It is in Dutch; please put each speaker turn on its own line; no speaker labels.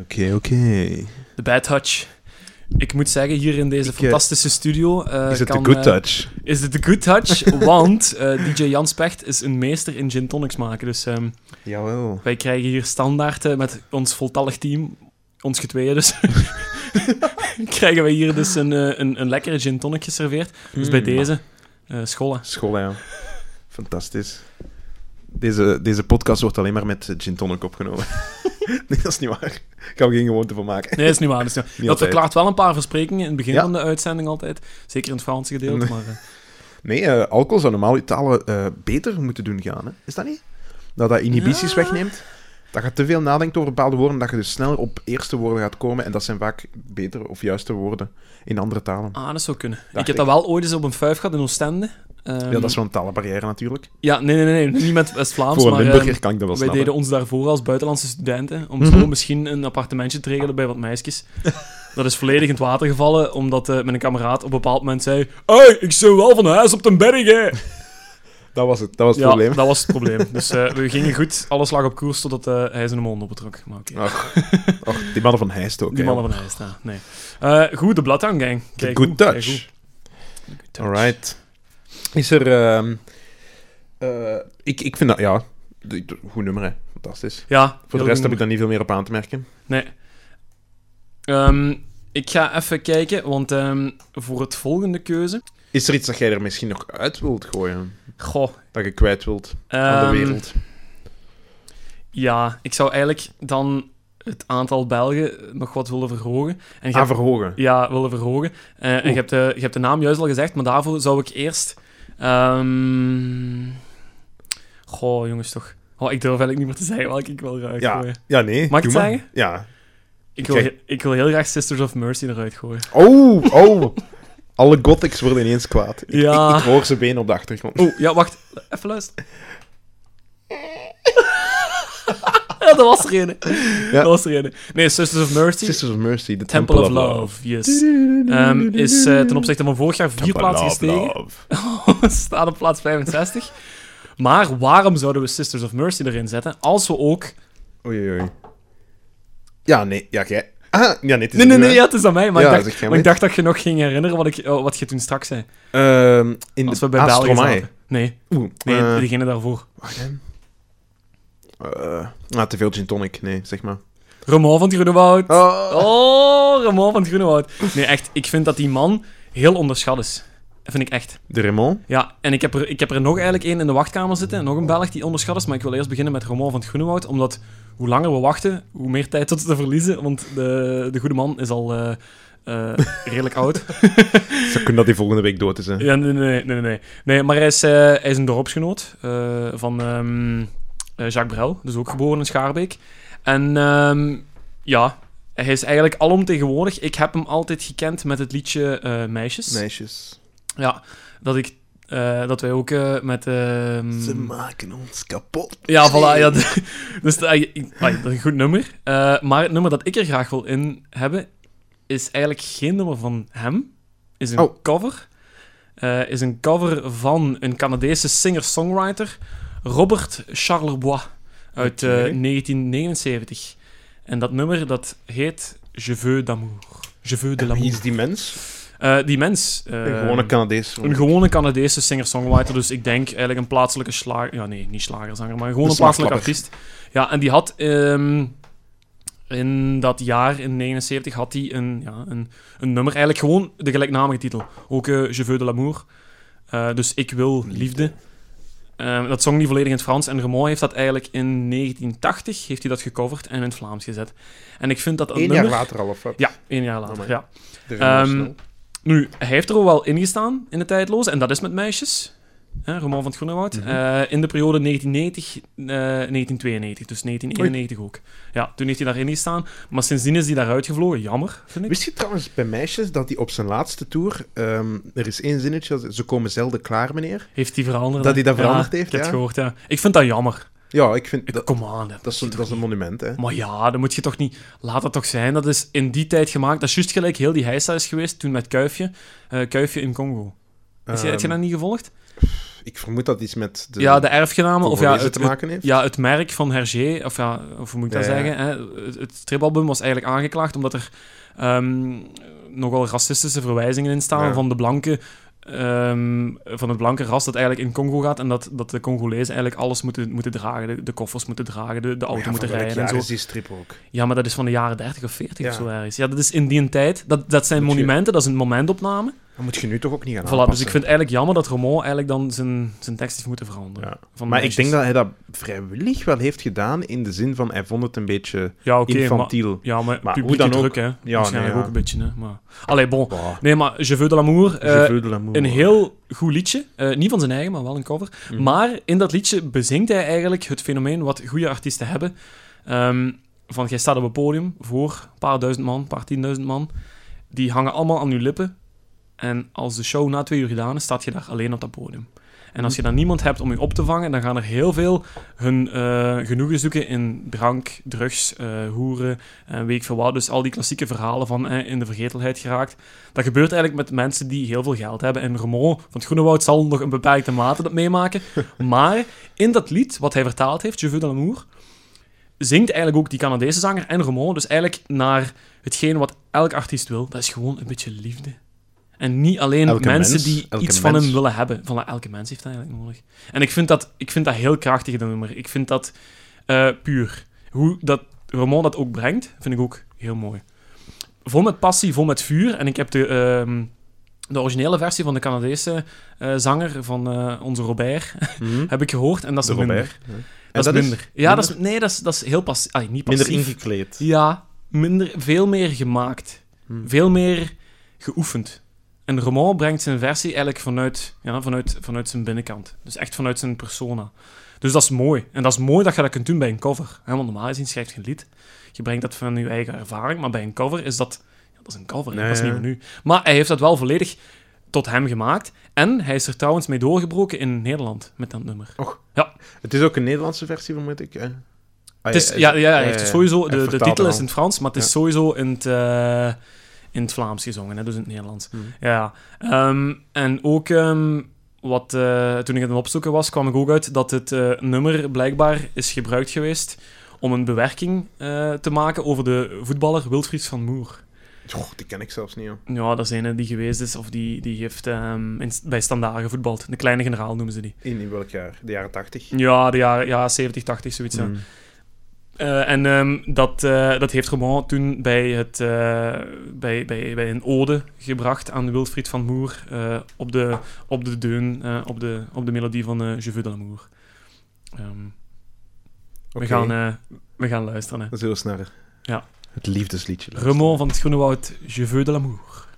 Oké, oké.
De bad touch. Ik moet zeggen, hier in deze
Ik, eh,
fantastische studio... eh,
Is het de
kan,
good
eh,
touch?
Is het de good touch, want eh, DJ Jans Pecht is een meester in gin tonics maken. Dus ehm,
Jawel.
wij krijgen hier standaard eh, met ons voltallig team, ons getweeën dus, krijgen wij hier dus een, eh, een, een lekkere gin tonic geserveerd. Dus bij
Hmm.
deze, eh schollen.
School, ja. Fantastisch. Deze, deze podcast wordt alleen maar met eh, gin tonic opgenomen. nee, dat is niet waar. Ik ga er geen gewoonte van maken.
Nee, dat is niet waar. Dat, is niet waar.
Niet
dat
altijd.
verklaart wel een paar versprekingen in het begin
Ja. Hmm.
van de uitzending altijd. Zeker in het Franse gedeelte, maar... eh,
Nee, eh, alcohol zou normaal je talen eh, beter moeten doen gaan. Hè? Is dat niet? Dat dat inhibities
Ja.
wegneemt. Dat je te veel nadenkt over bepaalde woorden, dat je dus sneller op eerste woorden gaat komen. En dat zijn vaak betere of juiste woorden in andere talen.
Ah, dat zou kunnen.
Dacht
ik heb
ik.
dat wel ooit eens op een vuif gehad in Oostende. Ehm,
Ja, dat is zo'n talenbarrière natuurlijk.
ja, nee, nee, nee, niet met West-Vlaams,
Voor een
maar ehm,
Limburger kan ik dat wel
wij
snappen.
deden ons daarvoor als buitenlandse studenten om
Mhm.
zo misschien een appartementje te regelen bij wat meisjes. dat is volledig in het water gevallen, omdat eh, mijn kameraad op een bepaald moment zei Hey, ik zou wel van huis op den berg, hè."
Dat was het, dat was het
Ja,
probleem.
dat was het probleem. Dus eh, we gingen goed, alles lag op koers totdat eh, hij zijn mond optrok. Maar oké,
Ah, Och, die mannen van Heist ook.
die
hè,
mannen van huis, ja, nee. Eh, goed, de Bloodhound Gang.
The
Kijk,
good
goed, kijk
touch.
goed. The good touch.
Alright. Is er... ehm, eh, ik, ik vind dat... Ja, d- d- goed nummer, hè. Fantastisch.
Ja,
Voor de
heel
rest
goed.
heb ik daar niet veel meer op aan te merken.
Nee. Ehm, ik ga even kijken, want ehm, voor het volgende keuze.
Is er iets dat jij er misschien nog uit wilt gooien?
Goh.
Dat je kwijt wilt aan
ehm,
de wereld?
Ja, ik zou eigenlijk dan het aantal Belgen nog wat willen verhogen. En je
Aan
hebt-
Ah, verhogen.
ja, willen verhogen. Eh, en
Oeh.
je hebt, de, je hebt de naam juist al gezegd, maar daarvoor zou ik eerst. ehm, Goh, jongens, toch. Oh, ik durf eigenlijk niet meer te zeggen welke ik wil eruit
Ja,
gooien.
ja, nee.
Mag ik
doe
het
maar.
zeggen?
Ja.
Ik wil,
Oké.
he- ik wil heel graag Sisters of Mercy eruit gooien.
Oh, oh. Alle gothics worden ineens kwaad. Ik,
Ja. Oh.
ik, ik hoor ze benen op de achtergrond.
Oeh, ja, wacht. Even luisteren. ja, dat was er een. Dat was er een. Nee, Sisters of Mercy.
Sisters of Mercy, The
Temple, of Love, yes. Ehm, is eh, ten opzichte van vorig jaar vier
Temple
plaatsen
of
gestegen.
Love.
Staat op plaats 65. Maar waarom zouden we Sisters of Mercy erin zetten als we ook...
Oei, oei, oei. Ja, nee. Ja, jij... Ah, ja, nee. het is
Nee, nee,
nu,
nee,
hè.
ja, het is aan mij. Maar,
Ja,
ik,
zeg
dacht,
jij
maar ik
maar.
dacht dat je nog ging herinneren wat, ik, oh, wat je toen straks zei.
Ehm, in
Als
de
we bij
ah,
België
Stromae.
zaten. Nee,
Oeh,
nee
eh,
degene daarvoor.
wacht, hè. Eh, ah, te veel gin tonic. Nee, zeg maar.
Romain van het Groene Woud.
Oh.
Oh, Ramon van het Groenewoud. Nee, echt, ik vind dat die man heel onderschat is. Dat vind ik echt.
De Raymond.
Ja, en ik heb er, ik heb er nog eigenlijk één in de wachtkamer zitten. Nog een Belg die onderschat is. Maar ik wil eerst beginnen met Ramon van het Groenewoud. Omdat hoe langer we wachten, hoe meer tijd tot te verliezen. Want de, de goede man is al eh, eh, redelijk oud.
Ze kunnen dat die volgende week dood is, hè.
Ja, nee, nee, nee, nee, nee. Nee, maar hij is, eh, hij is een dorpsgenoot eh, van ehm, eh, Jacques Brel, dus ook geboren in Schaarbeek. En ehm, ja, hij is eigenlijk alomtegenwoordig. Ik heb hem altijd gekend met het liedje eh, Meisjes.
Meisjes.
Ja, dat ik... eh, dat wij ook eh, met... ehm,
maken ons kapot.
ja, voilà. Ja, d- dus dat- ik- ah, dat is een goed nummer. Eh, maar het nummer dat ik er graag wil in hebben, is eigenlijk geen nummer van hem. Is een
Oh.
cover. Eh, is een cover van een Canadese singer-songwriter, Robert Charlebois, uit eh,
Oké.
1979. En dat nummer dat heet Je veux d'amour. Je veux de
En Wie
l'amour.
is die mens?
Eh, die mens. eh,
een gewone Canadees.
een gewone Canadese singer-songwriter, dus ik denk eigenlijk een plaatselijke slager... Ja, nee, niet slagerzanger, maar gewoon
Een
een plaatselijke
slagklapper.
artiest. Ja, en die had ehm, in dat jaar, in 79, had hij een, ja, een, een nummer. Eigenlijk gewoon de gelijknamige titel. Ook eh Je veux de l'amour. Eh, dus Ik wil liefde. Ehm, dat zong niet volledig in het Frans. En Rameau heeft dat eigenlijk in 1980 heeft hij dat gecoverd en in het Vlaams gezet. En ik vind dat dat
Eén jaar
nummer...
later al, of wat?
Ja, één jaar later,
Amai.
ja.
De Raymond
Ehm,
snel.
Nu, hij heeft er ook wel in gestaan in de tijdloze, en dat is met meisjes. Hè, Roman van het Groenewoud.
Mhm.
Eh, in de periode 1990, eh, 1992, dus 1991 ook. Ja, toen heeft hij daarin gestaan, maar sindsdien is hij daaruit gevlogen. Jammer, vind ik.
Wist je trouwens bij meisjes dat hij op zijn laatste tour... ehm, er is één zinnetje, dat- ze komen zelden klaar, meneer.
Heeft hij veranderd?
Dat hij dat
Ja,
veranderd heeft,
ik heb
ja.
het gehoord, ja. Ik vind dat jammer.
Ja, ik vind...
Ik,
Dat,
Come on, hè.
dat, is, dat is een monument, hè.
Maar ja, dat moet je toch niet... Laat dat toch zijn. Dat is in die tijd gemaakt. Dat is juist gelijk heel die heisa is geweest toen met Kuifje. eh, Kuifje in Congo. Is je, heb je
Ehm,
dat niet gevolgd?
ik vermoed dat iets met de,
ja, de erfgenamen. Of ja,
Congolezen
het,
te
het-
maken heeft.
ja, het merk van Hergé, of ja, of hoe moet ik dat
Ja, ja.
zeggen? Hè? Het, het stripalbum was eigenlijk aangeklaagd omdat er ehm, nogal racistische verwijzingen in staan
Ja.
van de blanke. ehm, van het blanke ras dat eigenlijk in Congo gaat en dat, dat de Congolezen eigenlijk alles moeten, moeten dragen, de, de koffers moeten dragen, de, de
Maar
auto
ja,
moeten
van welk
rijden
jaar
en zo.
is die strip ook?
Ja, maar dat is van de jaren 30 of 40 of
Ja.
zo ergens. Ja, dat is in die tijd. Dat, dat zijn
Moet je-
monumenten, dat is een momentopname.
Dan moet je nu toch ook niet gaan
Voilà, dus
aanpassen.
ik vind het eigenlijk jammer dat Romo eigenlijk dan zijn, zijn tekst heeft moeten veranderen.
Ja.
Van
Maar ik
meisjes.
denk dat hij dat vrijwillig wel heeft gedaan, in de zin van hij vond het een beetje
Ja, oké, maar-
infantiel.
Ja, maar,
Maar
publieke
hoe dan
druk, hè. Waarschijnlijk
nee, ja.
ook een beetje, hè. Maar... Allee, bon.
Bah,
Nee, maar Je veux de l'amour... eh,
je voelde dat moe,
een
hoor.
heel goed liedje. Eh, niet van zijn eigen, maar wel een cover.
Mm.
Maar in dat liedje bezingt hij eigenlijk het fenomeen wat goede artiesten hebben. Ehm, van, jij staat op een podium voor een paar duizend man, een paar tienduizend man. Die hangen allemaal aan je lippen. En als de show na twee uur gedaan is, staat je daar alleen op dat podium. En als je dan niemand hebt om je op te vangen, dan gaan er heel veel hun eh, genoegen zoeken in drank, drugs, eh, hoeren, en weet ik veel wat. Dus al die klassieke verhalen van eh, in de vergetelheid geraakt. Dat gebeurt eigenlijk met mensen die heel veel geld hebben. En Romo van het Groene Woud zal nog een beperkte mate dat meemaken. Maar in dat lied, wat hij vertaald heeft, Je veux de l'amour, zingt eigenlijk ook die Canadese zanger en Romo. Dus eigenlijk naar hetgeen wat elk artiest wil. Dat is gewoon een beetje liefde. En niet alleen
Elke
mensen
mens,
die
elke
iets van
mens.
hem willen hebben. Van elke mens heeft dat eigenlijk nodig. En ik vind dat, ik vind dat heel krachtig, dat nummer. Ik vind dat eh, puur. Hoe dat Ramon dat ook brengt, vind ik ook heel mooi. Vol met passie, vol met vuur. En ik heb de, ehm, de originele versie van de Canadese eh, zanger van eh, onze Robert,
Mhm.
heb ik gehoord. En dat is
De
minder.
Robert. Ja. En
Dat, is minder. ja, dat is,
minder?
nee, dat is, dat is heel passief. niet passief.
minder ingekleed.
Ja, minder, veel meer gemaakt.
Hmm.
Veel meer geoefend. En Roman brengt zijn versie eigenlijk vanuit, ja, vanuit, vanuit zijn binnenkant. Dus echt vanuit zijn persona. Dus dat is mooi. En dat is mooi dat je dat kunt doen bij een cover. hè, Want normaal gezien schrijf je een lied. Je brengt dat van je eigen ervaring. Maar bij een cover is dat... Ja, dat is een cover, hè,
Nee,
dat is
ja.
niet menu. Maar hij heeft dat wel volledig tot hem gemaakt. En hij is er trouwens mee doorgebroken in Nederland met dat nummer.
Het is ook een Nederlandse versie, vermoed ik. hè? Ah,
Het is, ja, ja, hij heeft
ja, ja.
sowieso,
Hij
de, de
vertaalt
titel
hem
is in het Frans, maar het is
Ja.
sowieso in het, eh, in het Vlaams gezongen, hè, dus in het Nederlands.
Mhm.
Ja, ehm, en ook ehm, wat, eh, toen ik het aan het opzoeken was, kwam ik ook uit dat het eh, nummer blijkbaar is gebruikt geweest om een bewerking eh, te maken over de voetballer Wilfried van Moer.
al. Goh, die ken ik zelfs niet, joh.
Ja, dat is een die geweest is, of die, die heeft ehm, in- bij Standaard gevoetbald. De kleine generaal noemen ze die.
In, in welk jaar? De jaren tachtig?
Ja, de jaren ja, 70, 80, zoiets.
Mhm.
ja. Eh, en ehm, dat, eh, dat heeft Roman toen bij, het, eh, bij, bij, bij een ode gebracht aan Wilfried van Moer eh, op, de, op de deun, eh, op, de, op de melodie van eh Je veux de l'amour. Ehm, we, gaan, eh, we gaan luisteren. hè.
Dan zullen we eens naar
Ja.
het liefdesliedje luisteren.
Roman van het Groene Woud, Je veux de l'amour.